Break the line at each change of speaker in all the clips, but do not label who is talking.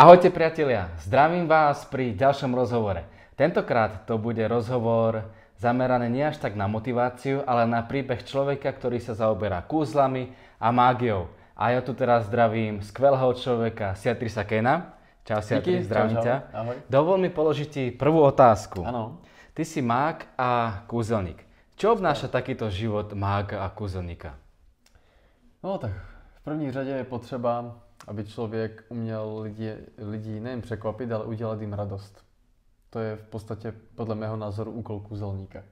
Ahojte priatelia, zdravím vás pri ďalšom rozhovore. Tentokrát to bude rozhovor zameraný nie až tak na motiváciu, ale na príbeh človeka, ktorý sa zaoberá kúzlami a mágiou. A ja tu teraz zdravím skvelého človeka Siatrisa Kena. Čau Siatri,
Díky,
zdravím
čau, čau.
ťa.
Ahoj.
Dovol mi položiť ti prvú otázku.
Áno.
Ty si mák a kúzelník. Čo obnáša takýto život mága a kúzelníka?
No tak v první řadě je potřeba, aby člověk uměl lidi, lidí nejen překvapit, ale udělat jim radost. To je v podstatě podle mého názoru úkol kůzelníka.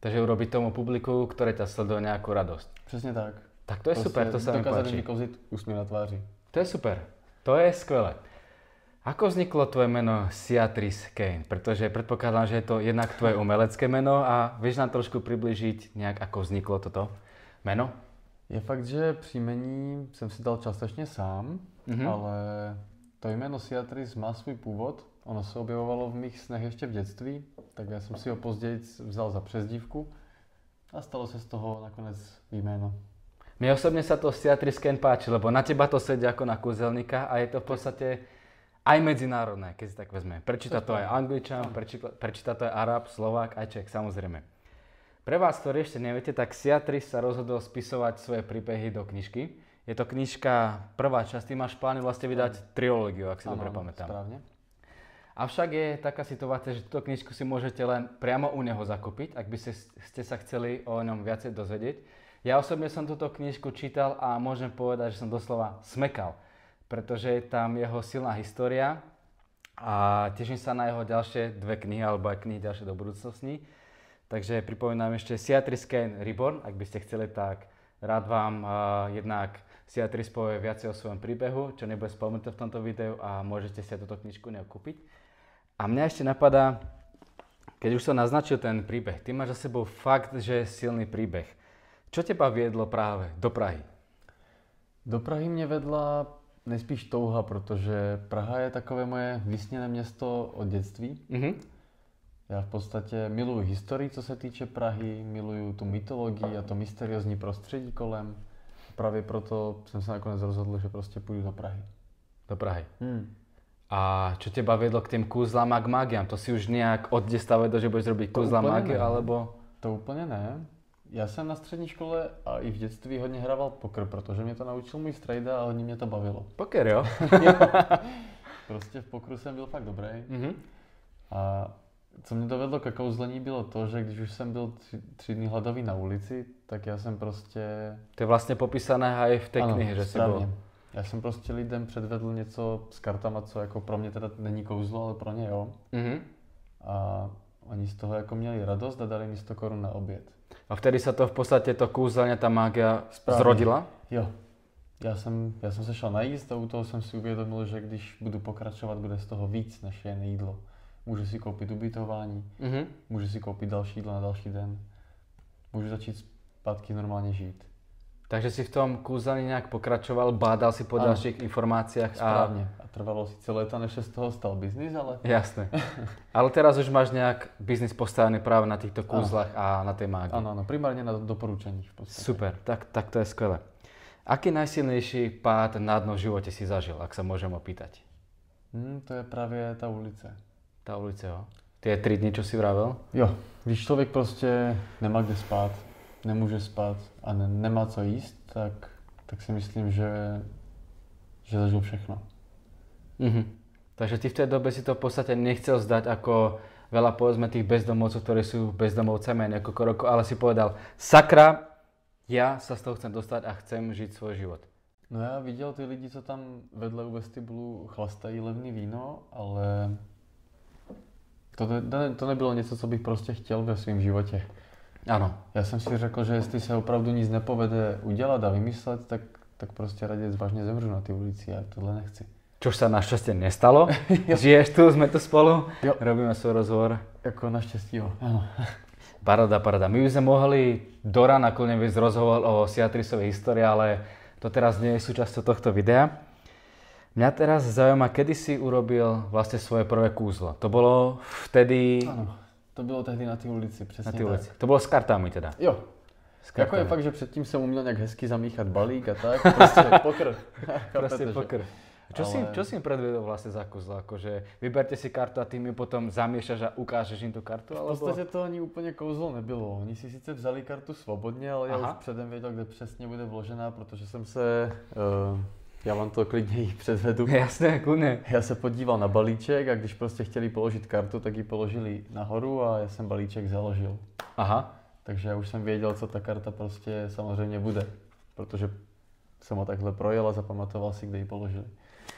Takže urobiť tomu publiku, ktoré ťa sleduje nejakú radosť.
Přesně tak.
Tak to je super, to sa mi
dokázat
páči.
vykouzit úsměv na tváři.
To je super. To je skvelé. Ako vzniklo tvoje meno Siatris Kane? Pretože predpokladám, že je to jednak tvoje umelecké meno a vieš nám trošku približiť nejak, ako vzniklo toto meno?
Je fakt, že příjmení jsem si dal částečně sám,
Mhm.
mm-hmm. ale to jméno Siatris má svůj původ. Ono se objevovalo v mých snech ještě v dětství, tak já jsem si ho později vzal za přezdívku a stalo se z toho nakonec jméno.
Mne osobne sa to Siatris Kane páči, lebo na teba to sedí ako na kúzelníka a je to v podstate aj medzinárodné, keď si tak vezme. Prečíta to aj Angličan, prečíta, prečíta to aj Arab, Slovák, aj Čech, samozrejme. Pre vás, ktorí ešte neviete, tak Siatris sa rozhodol spisovať svoje príbehy do knižky. Je to knižka prvá časť, ty máš plány vlastne vydať triológiu, ak si dobre pamätám.
správně.
Avšak je taká situácia, že túto knižku si môžete len priamo u neho zakúpiť, ak by ste, ste sa chceli o ňom viacej dozvedieť. Ja osobne som túto knižku čítal a môžem povedať, že som doslova smekal, pretože je tam jeho silná história a teším sa na jeho ďalšie dve knihy alebo aj knihy ďalšie do budúcnosti. Takže pripomínam ešte Seatris Kane Reborn, ak by ste chceli, tak rád vám uh, jednak Seatris povie viacej o svojom príbehu, čo nebude spomenuté v tomto videu a môžete si aj túto knižku neokúpiť. A mňa ešte napadá, keď už som naznačil ten príbeh, ty máš za sebou fakt, že silný príbeh. Čo teba viedlo práve do Prahy?
Do Prahy mě vedla nejspíš touha, protože Praha je takové moje vysněné město od dětství.
Mhm.
Já v podstatě miluju historii, co se týče Prahy, miluju tu mytologii a to mysteriózní prostředí kolem. Právě proto jsem se nakonec rozhodl, že prostě půjdu do Prahy.
Do Prahy.
Hmm.
A čo teba viedlo k tým kúzlam a k mágiám? To si už nejak od detstva vedel, že budeš robiť kúzla
úplne
mágie,
ne.
alebo...
To úplně ne. Já jsem na střední škole a i v dětství hodně hrával pokr, protože mě to naučil můj strejda a hodně mě to bavilo.
Poker, jo?
Prostě v pokru jsem byl fakt dobrý.
Mhm.
A co mě dovedlo ke kouzlení bylo to, že když už jsem byl tři, tři dny hladový na ulici, tak já jsem prostě...
To je vlastne popísané aj v tej knihe, že si
správně.
bol.
Já jsem prostě lidem předvedl něco s kartama, co jako pro mě teda není kouzlo, ale pro ně jo.
Mhm.
A oni z toho jako měli radost a dali mi 100 korun na oběd.
A vtedy sa to v podstate, to kúzelne, tá mágia
Správne.
zrodila?
Jo. Já jsem, já jsem se šel najíst a u toho jsem si uvědomil, že když budu pokračovat, bude z toho víc než jen jídlo. Můžu si koupit ubytování,
Mhm.
Můžu si koupit další jídlo na další den. Můžu začít zpátky normálně žít.
Takže si v tom kúzelne nejak pokračoval, bádal si po
Áno.
ďalších informáciách a
Správně. A trvalo sice léta, než se z toho stal biznis, ale
Jasné. Ale teraz už máš nejak biznis postavený práve na týchto kúzlach a na tej mágii.
ano, ano, primárně na doporučeních v podstatě.
Super, tak, tak to je skvelé. Aký najsilnejší pád na dno v živote si zažil, ak sa môžem opýtať?
Hmm, to je právě ta ulice.
Tá ulica, jo? Tie tri dni, čo si vravel?
Jo, když člověk prostě nemá kde spát, nemůže spát a ne- nemá co jíst, tak, tak si myslím, že, že zažil všechno.
Mhm. Takže ty v tej dobe si to v podstate nechcel zdať ako veľa povedzme tých bezdomovcov, ktorí sú bezdomovcami aj niekoľko rokov, ale si povedal, sakra, ja sa z toho chcem dostať a chcem žiť svoj život.
No já viděl ty lidi, co tam vedle u vestibulu chlastají levný víno, ale to, ne, to nebylo něco, co bych prostě chtěl ve svém životě.
Áno,
Já jsem si řekl, že jestli se opravdu nic nepovede udělat a vymyslet, tak, tak prostě raději vážně zemřu na ty ulici, já tohle nechci.
Čo sa našťastie nestalo. Žiješ tu, sme tu spolu,
Jo.
robíme svoj rozhovor.
Jako naštěstí jo. Ano.
Parada, parada. My by sme mohli do rána kľudne viesť rozhovor o Siatrisovej histórii, ale to teraz nie je súčasťou tohto videa. Mňa teraz zaujíma, kedy si urobil vlastne svoje prvé kúzlo. To bolo vtedy
ano. To bylo tehdy na ty ulici,
na
přesně
tej
No, tak.
ulici. To bolo s kartami teda.
Jo.
S
Jako je
kartami.
fakt, že předtím jsem uměl nějak hezky zamíchat balík a tak, prostě pokr. Chápete,
Proste
že-
pokr. Čo, ale... si, čo si im predvedol vlastne za kozla? Akože vyberte si kartu a ty mi potom zamiešaš a ukážeš im tú kartu?
V
Alebo...
podstatě to ani úplně kouzlo nebylo. Oni si sice vzali kartu svobodně, ale já
Aha.
už předem věděl, kde přesně bude vložená, protože jsem se, uh, já vám to klidně i předvedu.
Jasné, kľudne.
Já se podíval na balíček a když prostě chtěli položit kartu, tak ji položili nahoru a já jsem balíček založil.
Aha.
Takže já už jsem věděl, co ta karta prostě samozřejmě bude, protože jsem ho takhle projel a zapamatoval si, kde ji položili.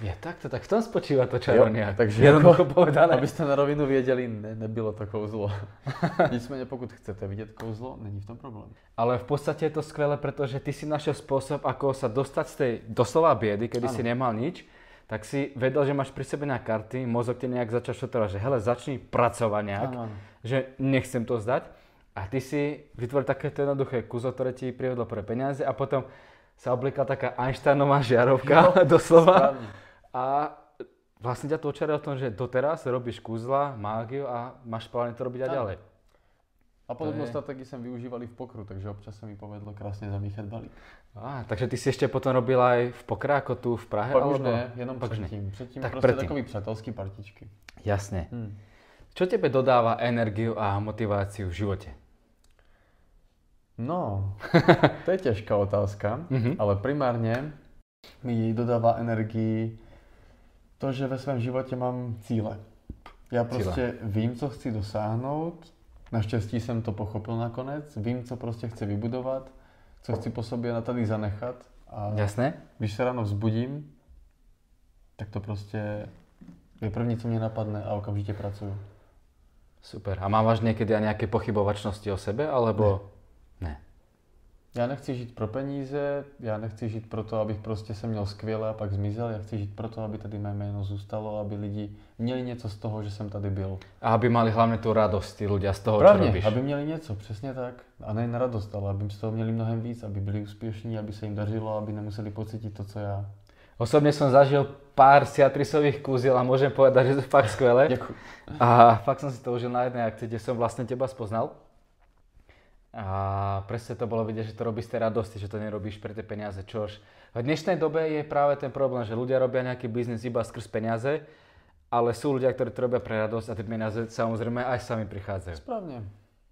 Je takto, tak v tom spočíva to čarovnia.
takže
Jednoducho
ako-
povedané.
Abyste na rovinu věděli, ne, nebylo to kouzlo. Nicméně pokud chcete vidět kouzlo, není v tom problém.
Ale v podstate je to skvelé, pretože ty si našiel spôsob, ako sa dostať z tej doslova biedy, kedy ano. si nemal nič, tak si vedel, že máš pri sebe na karty, mozog ti nejak začal šotovať, že hele, začni pracovať nejak,
Áno, áno.
že nechcem to zdať. A ty si vytvoril takéto jednoduché kuzo, ktoré ti privedlo pre peniaze a potom sa oblikla taká Einsteinová žiarovka, doslova.
správne.
A vlastne ťa to očarilo v tom, že doteraz robíš kúzla, mágiu a máš plány to robiť aj ďalej.
A podobnou
je-
strategii jsem využíval i v pokru, takže občas se mi povedlo krásně zamíchat balík.
Á, takže ty si ešte potom robil aj v Pokráko tu v Prahe?
Pak už
alebo-
ne, jenom
Pak už ne.
předtím. Předtím
Tak
prostě
předtím.
takový přátelský partičky.
Jasne.
Hmm.
Čo tebe dodáva energiu a motiváciu v živote?
No, to je těžká otázka, ale primárně mi dodává energii to, že ve svém životě mám cíle. Já
Cíle.
prostě vím, co chci dosáhnout, naštěstí jsem to pochopil nakonec, vím, co prostě chci vybudovat, co chci po sobě na tady zanechat a
Jasné?
když se ráno vzbudím, tak to prostě je první, co mě napadne a okamžitě pracuju.
Super. A mávaš niekedy aj nejaké pochybovačnosti o sebe, alebo... Ne.
Já nechci žít pro peníze, já nechci žít pro to, abych prostě se měl skvěle a pak zmizel, já chci žít pro to, aby tady mé jméno zůstalo, aby lidi měli něco z toho, že jsem tady byl.
A aby mali hlavne tú radosť tí ľudia z toho, čo
Právně,
robíš.
aby měli něco, přesně tak. A nejen radost, ale aby z toho měli mnohem víc, aby byli úspěšní, aby se jim dařilo, aby nemuseli pocítit to, co já.
Osobne som zažil pár siatrisových kúziel a môžem povedať, že to je fakt skvelé.
Děkuji.
A fakt som si to užil na jednej akcii, kde som vlastne teba spoznal. A presne to bolo vidieť, že to robíš z tej radosti, že to nerobíš pre tie peniaze, čož v dnešnej dobe je práve ten problém, že ľudia robia nejaký biznis iba skrz peniaze, ale sú ľudia, ktorí to robia pre radosť a tie peniaze samozrejme aj sami prichádzajú.
Správně.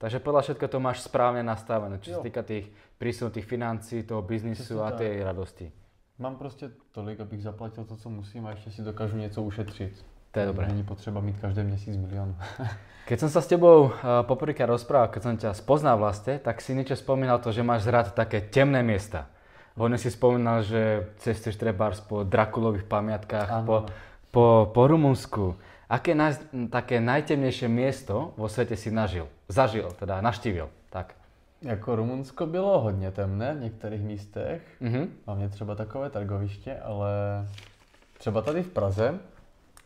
Takže podľa všetko to máš správne nastavené, čo sa
Jo.
týka tých prísun, tých financií, toho biznisu
Presne
a
tak.
tej radosti.
Mám prostě tolik, abych zaplatil to, co musím a ještě si dokážu něco ušetřit.
To je dobré.
Není potřeba mít každý měsíc milion.
Keď som sa s tebou eh, poprvýkrát rozprával, keď som ťa spoznal vlastne, tak si niečo spomínal to, že máš rád také temné miesta. Hodne si spomínal, že cestuješ trebárs po Drakulových pamiatkách,
Áno,
po, po, po Rumunsku. Aké naj, také najtemnejšie miesto vo svete si nažil? Zažil, teda naštívil. Tak.
Jako Rumunsko bylo hodně temné v některých místech,
Mhm.
Mám je třeba takové targoviště, ale třeba tady v Praze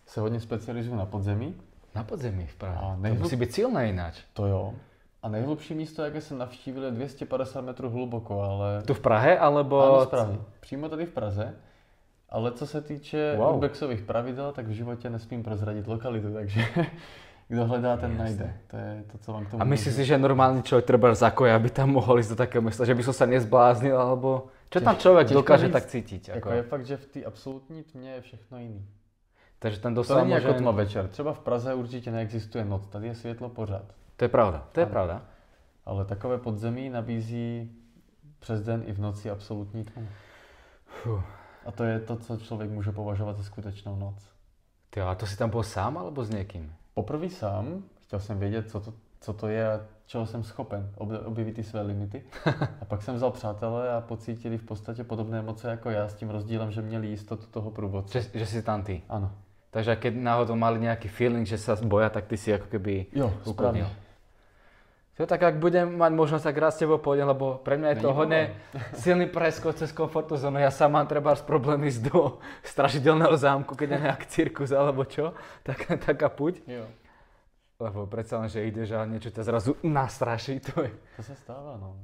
se hodně specializuju na podzemí,
Na podzemí v Prahe.
A
To
nejhlub-
musí byť silné ináč.
to jo. A nejhlubší místo, jaké jsem navštívil, je 250 metrů hluboko, ale...
Tu v Prahe, alebo...
Ano, správně. Přímo tady v Praze. Ale co se týče
Wow.
wow. urbexových pravidel, tak v životě nesmím prozradit lokalitu, takže kdo hledá, ten
Jasné.
najde. To je to, co vám k tomu
A myslíš
můžu-
si, že normálny človek treba zakoja, aby tam mohol ísť do takého mesta, že by som sa nezbláznil, alebo... Čo tam
Těžko-
človek
těžko
dokáže
říct.
tak cítiť?
Jako je
Ako...
fakt, že v té absolutní tmě je všechno jiný.
Takže ten
To
doslova
není jako
môže...
tma večer. Třeba v Praze určitě neexistuje noc, tady je světlo pořád.
To je pravda, to je
Áno.
pravda.
Ale takové podzemí nabízí přes den i v noci absolutní tmu.
Fú.
A to je to, co člověk může považovat za skutečnou noc.
Ty, a to si tam bol sám alebo s niekým?
Poprvé sám chtěl jsem vědět, co to, co to je a čeho jsem schopen, obje- objevit ty své limity. A pak jsem vzal přátelé a pocítili v podstatě podobné emoce jako já, s tím rozdílem, že měli jistotu toho průvodce.
Že, že si tam ty.
Ano.
Takže keď náhodou mali nejaký feeling, že sa boja, tak ty si ako keby
Jo,
uklonil.
správně.
To tak ak budem mať možnosť, tak rád s tebou pôjdem, lebo pre mňa je to
Není
hodne silný preskok cez komfortnú zónu. Ja sám mám treba problémy z do strašidelného zámku, keď je nejaký cirkus alebo čo. Taká, taká puť.
Jo.
Lebo predsa len, že ideš a niečo ťa zrazu nastraší, to je...
To se stává, no.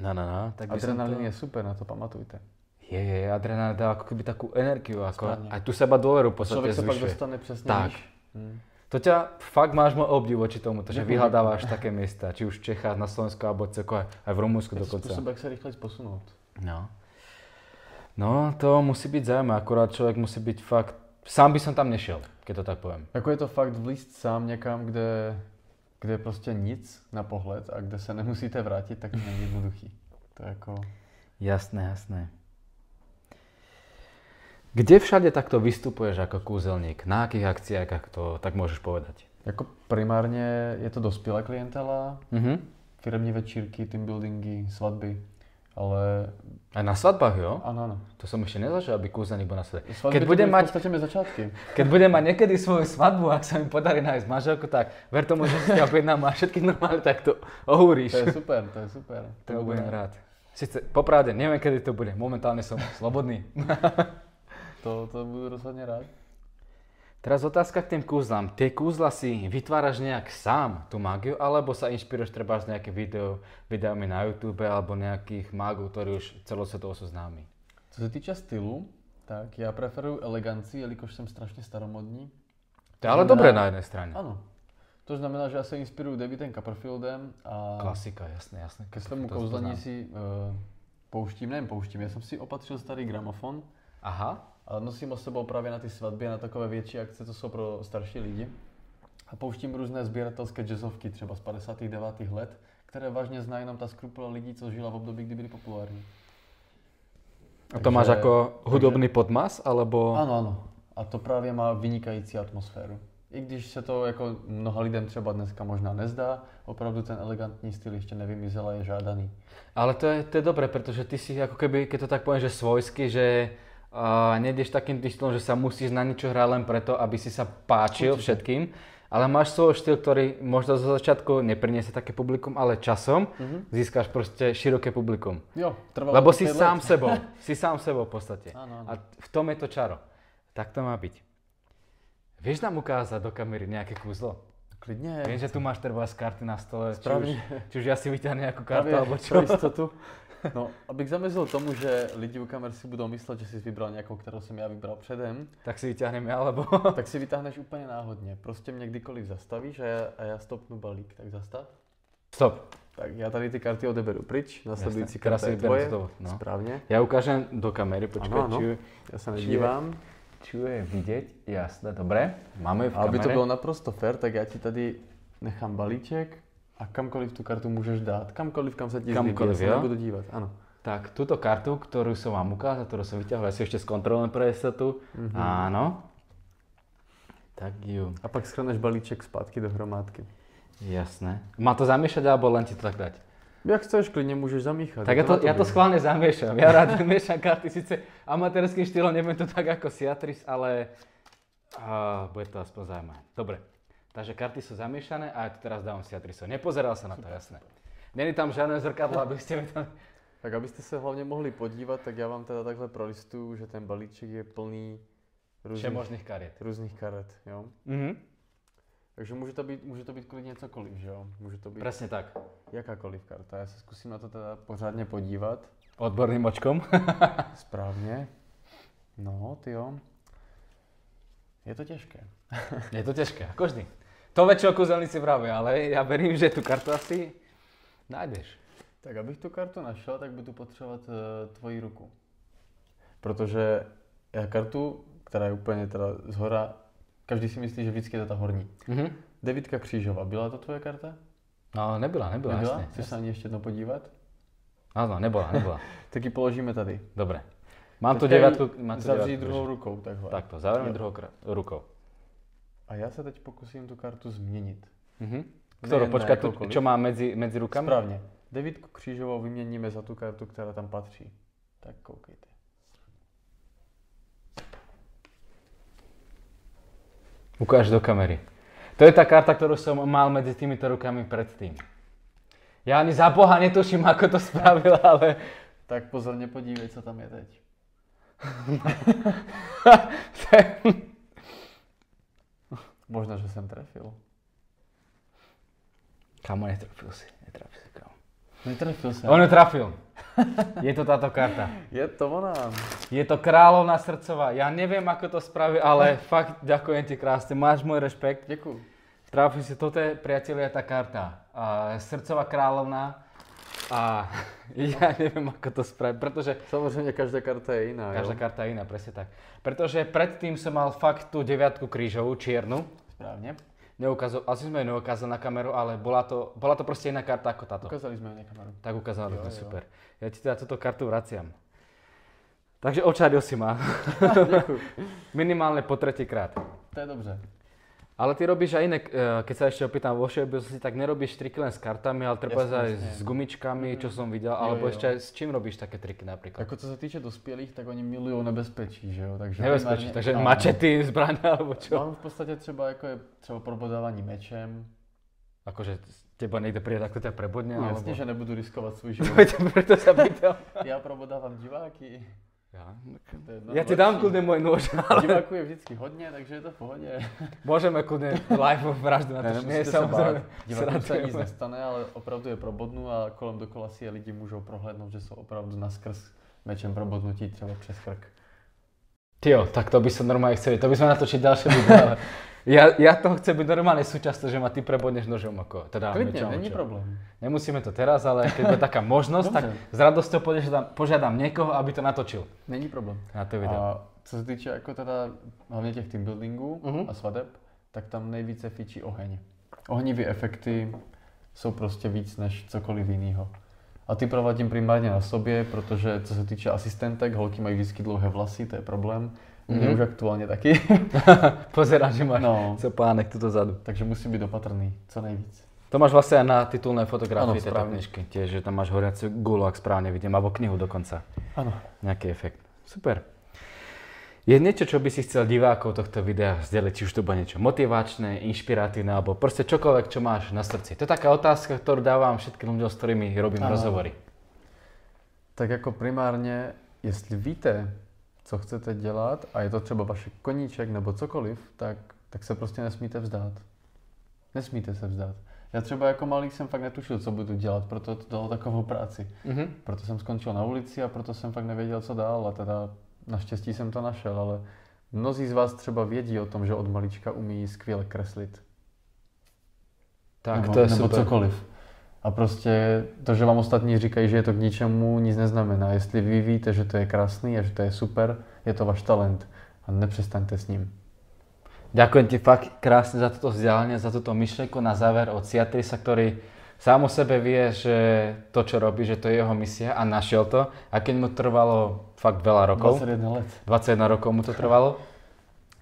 No, no, no, tak by som to...
Adrenalin je super, na to pamatujte.
Je, je, adrenalín dá ako keby takú energiu, ako
Správne.
aj tu seba dôveru v podstate
Člověk se pak
zvyšuje.
dostane přesně
Tak.
níž. Hm.
To ťa fakt máš môj obdiv voči tomu, že
Ďakujem,
vyhľadávaš také miesta, či už v Čechách, na Slovensku, alebo celkovo aj aj v Rumunsku
Je to
dokonca.
způsob, jak se rychleji posunout.
No. No, to musí byť zaujímavé, akurát človek musí byť fakt... Sám by som tam nešiel, keď to tak poviem.
Jako je to fakt vlíst sám někam, kde, kde je prostě nic na pohled a kde se nemusíte vrátit, tak to není jednoduchý. To je jako...
Jasné, jasné. Kde všade takto vystupuješ ako kúzelník? Na akých akciách, ak to tak môžeš povedať?
Jako primárně je to dospělá klientela,
Mhm.
firemní večírky, team buildingy, svatby, ale
Aj na svadbách, jo?
ano, ano.
To som ešte nezažil, aby kúzelník bol na svadbe.
Svatby
Keď
to
budem
byly v
mať,
podstatě mé začátky.
keď budem mať niekedy svoju svadbu, ak sa mi podarí nájsť manželku, tak ver tomu, že si ťa objednám a všetky normálne takto
To
ohúriš.
je super, to je super.
To budem rád. Sice, popravde, neviem, kedy to bude. Momentálne som slobodný.
To, to budu rozhodně rád.
Teraz otázka k tým kúzlam. Tie kúzla si vytváraš nejak sám, tú mágiu, alebo sa inšpiruješ treba z nejakých video, videami na YouTube alebo nejakých mágov, ktorí už celosvetovo sú známi?
Co se týče stylu, tak já preferuju eleganci, jelikož jsem strašně staromodní.
To je ale
Znamená-
dobré na jednej strane.
Ano. To znamená, že já se inspiruju Davidem Copperfieldem a
Klasika, jasné, jasné.
ke svému
To
kouzlení
poznám.
si uh, pouštím, nevím pouštím, já jsem si opatřil starý gramofon
Aha,
a nosím ho s sebou právě na ty svatby a na takové větší akce, co jsou pro starší lidi. A pouštím různé sběratelské jazzovky třeba z 59. let, které vážně zná jenom ta skupina lidí, co žila v období, kdy byly populární.
a to máš
Takže-
ako hudobný podmas, alebo...
Ano, ano. A to právě má vynikající atmosféru. I když se to jako mnoha lidem třeba dneska možná nezdá, opravdu ten elegantní styl ještě nevymizel a je žádaný.
Ale to je, to je dobré, pretože ty si ako keby, keď to tak poviem, že svojsky, že uh, nedeš takým tým štýlom, že sa musíš na niečo hrať len preto, aby si sa páčil všetkým, ale máš svoj štýl, ktorý možno zo začiatku nepriniesie také publikum, ale časom
Mhm.
získaš proste široké publikum.
Jo, trvalo
Lebo
to
si
pět
sám
let.
sebou, si sám sebou v podstate.
No, Áno, áno.
A v tom je to čaro. Tak to má byť. Vieš nám ukázať do kamery nejaké kúzlo?
Klidně.
Viem, že tu máš treba z karty na stole, či už,
Správne.
či už ja si vyťahnem nejakú kartu
Právě
alebo čo.
pro jistotu. No, abych zamezil tomu, že lidi u kamer si budou myslet, že jsi vybral nějakou, kterou jsem já vybral předem,
Tak si vyťahnem ja, lebo...
tak si vytáhneš úplně náhodně. Prostě mě kdykoliv zastavíš a já, a já stopnu balík, tak zastav.
Stop.
Tak já tady ty karty odeberu pryč,
Jasné,
následující
teraz
karta
si
je
vyberám
tvoje.
toto, no.
Správně.
Ja ukážem do kamery, počkaj,
Áno, áno.
či, ju-
Já se
je-
nedívám.
či ju je vidieť. Jasné, dobre. Máme ju v
A aby
kamere.
to bylo naprosto fair, tak já ti tady nechám balíček a kamkoliv tu kartu můžeš dát. Kamkoliv, kam se ti
Kamkoliv,
zlíbí, já
jo?
se nebudu dívat, ano.
Tak, túto kartu, ktorú som vám ukázal, ktorú som vyťahol, ja si ešte skontrolujem pre istotu.
Mhm.
Áno. Tak ju,
A pak schrneš balíček zpátky do hromádky.
jasné. Má to zamiešať, alebo len ti to tak dať?
Jak chceš, klidně můžeš zamíchat.
Tak ja to, ja to
na
schválne zamiešam. Ja rád miešam karty, síce amatérským štýlom, neviem to tak ako Siatris, ale a, bude to aspoň zaujímavé. Dobre, takže karty sú zamiešané a ja to teraz dávam Siatrisov. Nepozeral sa na to, jasné. Není tam žiadne zrkadlo, aby ste mi tam...
bude. Tak abyste se hlavně mohli podívat, tak já vám teda takhle prolistuju, že ten balíček je plný různých,
Všemožných kariet.
různých karet, jo.
Mhm.
Takže může to být, může to být klidně cokoliv, že jo. Může to být
Presne tak.
jakákoliv karta. Já se zkusím na to teda pořádně podívat.
Odborným očkom.
Správně. No, ty jo. Je to těžké.
Je to ťažké, ako vždy. To väčšinou kúzelníci vravia, ale ja verím, že tú kartu asi nájdeš.
Tak abych tu kartu našel, tak budu potřebovat eh, tvoji ruku. Protože já kartu, která je úplně teda z hora, každý si myslí, že vždycky je to ta horní.
Mhm.
Devítka křížova, byla to tvoje karta?
No, nebyla, nebyla,
Nebyla?
jasne.
Chceš se na ní ještě jednou podívat?
Áno, nebola, nebola.
Tak ji položíme tady.
Dobre. Mám tu
Teďka ji
deviatku, mám tu
Zavři
deviatku.
druhou
Druhou...
rukou, takhle.
Takto, zavriem druhou kr- rukou.
A já se teď pokusím tu kartu změnit.
Mhm. Ktorú,
Nejen na
počkaj, tu,
jakoukoliv.
čo má medzi, medzi rukami?
Správně. Devítku křížovou vyměníme za tu kartu, která tam patří. Tak koukejte.
Ukáž do kamery. To je tá karta, ktorú som mal medzi týmito rukami predtým. Ja ani za boha netuším, ako to spravil, ale
Tak pozorně podívej, co tam je teď. Možná, že jsem trefil.
Kamo, netrafil si, netrafil si, kamo.
Netrefil jsem.
On ju trafil. Je to táto karta.
Je to ona.
Je to kráľovná srdcová. Ja neviem, ako to spravil, ale fakt ďakujem ti krásne. Máš môj rešpekt.
Děkuju.
Trafil si, toto je, priatelia, tá karta. A srdcová kráľovná. A ja neviem, ako to spraviť, pretože
Samozřejmě každá karta je jiná,
každá
jo?
karta je iná, presne tak. Pretože predtým som mal fakt tú deviatku krížovú, čiernu.
Správně.
Neukazo- asi sme ju neukázali na kameru, ale bola to, bola to proste iná karta ako táto.
Ukázali jsme na kameru.
Tak ukázali
Jo,
sme,
jo.
super. Ja ti teda túto kartu vraciam. Takže očaril si ma.
Děkuji.
Minimálne po tretíkrát.
To je dobře.
Ale ty robíš aj iné, e, keď sa ešte opýtam vo všeobecnosti, tak nerobíš triky len s kartami, ale trpáš
Jasné,
aj
jasné. Mm-hmm.
s gumičkami, čo som videl,
Jo,
alebo
jo.
ešte aj s čím robíš také triky napríklad?
Jako co se týče dospělých, tak oni milují nebezpečí, že jo? Takže
Nebezpečí,
primárně-
takže
Ano.
mačety, zbraně alebo čo?
No, v podstatě třeba jako je třeba probodávání mečem.
Akože s- teba niekto príde, takto ťa prebodne,
No,
alebo...
jasně, že nebudu riskovat svůj život.
Preto sa pýtam.
Já probodávám diváky.
Ja,
To je jedno
ja ti
lepší.
dám kľudne môj nôž, ale
Diváků je vždycky hodně, takže je to v pohodě.
môžeme kľudne live vraždu na
Ne,
to,
nemusíte
nie,
se bát.
samozrejme.
Divákům se nic
srandujeme.
nestane, ale opravdu je probodnu a kolem dokola si je lidi můžou prohlédnout, že jsou opravdu naskrz mečem probodnutí třeba přes krk.
Tio, tak to by som normálne chcel, to by sme natočiť ďalšie video, ale ja, ja to chcem byť normálne súčasť, že ma ty prebodneš nožom ako, teda
Klidně,
mečom,
není
čo.
problém.
Nemusíme to teraz, ale keď bude taká možnosť, tak
Dobře.
s radosťou požiadam, požiadam niekoho, aby to natočil
Není problém.
na to video.
A co se týče jako teda hlavně těch team buildingů
Mhm.
a svadeb, tak tam nejvíce fičí oheň. Ohnivý efekty jsou prostě víc než cokoliv jiného. A ty provádím primárně na sobě, protože co se týče asistentek, holky mají vždycky dlouhé vlasy, to je problém. U Mě
Mhm.
už aktuálně taky.
Pozerám, že máš
No,
cepánek tuto zadu.
takže musím být opatrný, co nejvíc.
To máš vlastne aj na titulnej fotografii
Áno,
tejto
správne.
knižky. Tiež, že tam máš horiacu gulu, ak správne vidím, alebo knihu dokonca.
Ano.
Nejaký efekt. Super. Je niečo, čo by si chcel divákov tohto videa zdieľať, či už to bude niečo motivačné, inšpiratívne, alebo proste čokoľvek, čo máš na srdci. To je taká otázka, ktorú dávam všetkým ľuďom, s ktorými robím
Áno.
rozhovory.
Tak jako primárně, jestli víte, co chcete dělat a je to třeba vaše koníček nebo cokoliv, tak, tak se prostě nesmíte vzdát. Nesmíte se vzdát. Já třeba jako malý jsem fakt netušil, co budu dělat, proto to dalo takovou práci.
Mhm.
Proto jsem skončil na ulici a proto jsem fakt nevěděl, co dál a teda naštěstí jsem to našel, ale mnozí z vás třeba vědí o tom, že od malička umí skvěle kreslit.
Tak,
nebo,
to je
nebo
super.
cokoliv. A prostě to, že vám ostatní říkají, že je to k ničemu, nic neznamená. Jestli vy víte, že to je krásný a že to je super, je to váš talent. A nepřestaňte s ním.
Ďakujem ti fakt krásne za toto vzdialenie, za túto myšlienku na záver od Ciatrisa, ktorý sám o sebe vie, že to, čo robí, že to je jeho misia a našiel to. A keď mu trvalo fakt veľa rokov,
21 let.
21 rokov mu to trvalo,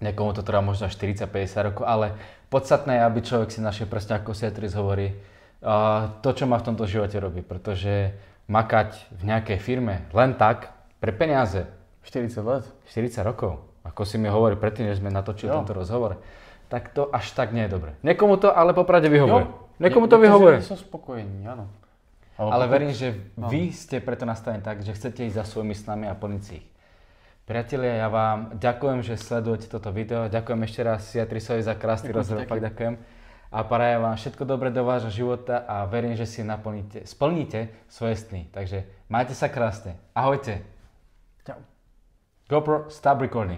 niekomu to trvá možno až 40-50 rokov, ale podstatné je, aby človek si našiel presne ako Ciatris hovorí, a to, čo má v tomto živote robiť, pretože makať v nejakej firme len tak, pre peniaze,
40 let?
40 rokov, ako si mi hovoril predtým, než sme natočili
No. Jo.
tento rozhovor, tak to až tak nie je dobre. Niekomu to ale popravde vyhovuje. Niekomu to
Ně- někteří
vyhovuje.
Jsou spokojení, ano.
Ale
pokud- No.
verím, že vy ste preto nastavení tak, že chcete ísť za svojimi snami a plniť si ich. Priatelia, ja vám ďakujem, že sledujete toto video. Ďakujem ešte raz Siatrisovi za krásny
Ďakujem ti
rozhovor.
pekne.
Fakt ďakujem. A prajem vám všetko dobré do vášho života a verím, že si naplníte, splníte svoje sny. Takže majte sa krásne. Ahojte.
Čau.
GoPro, stop recording.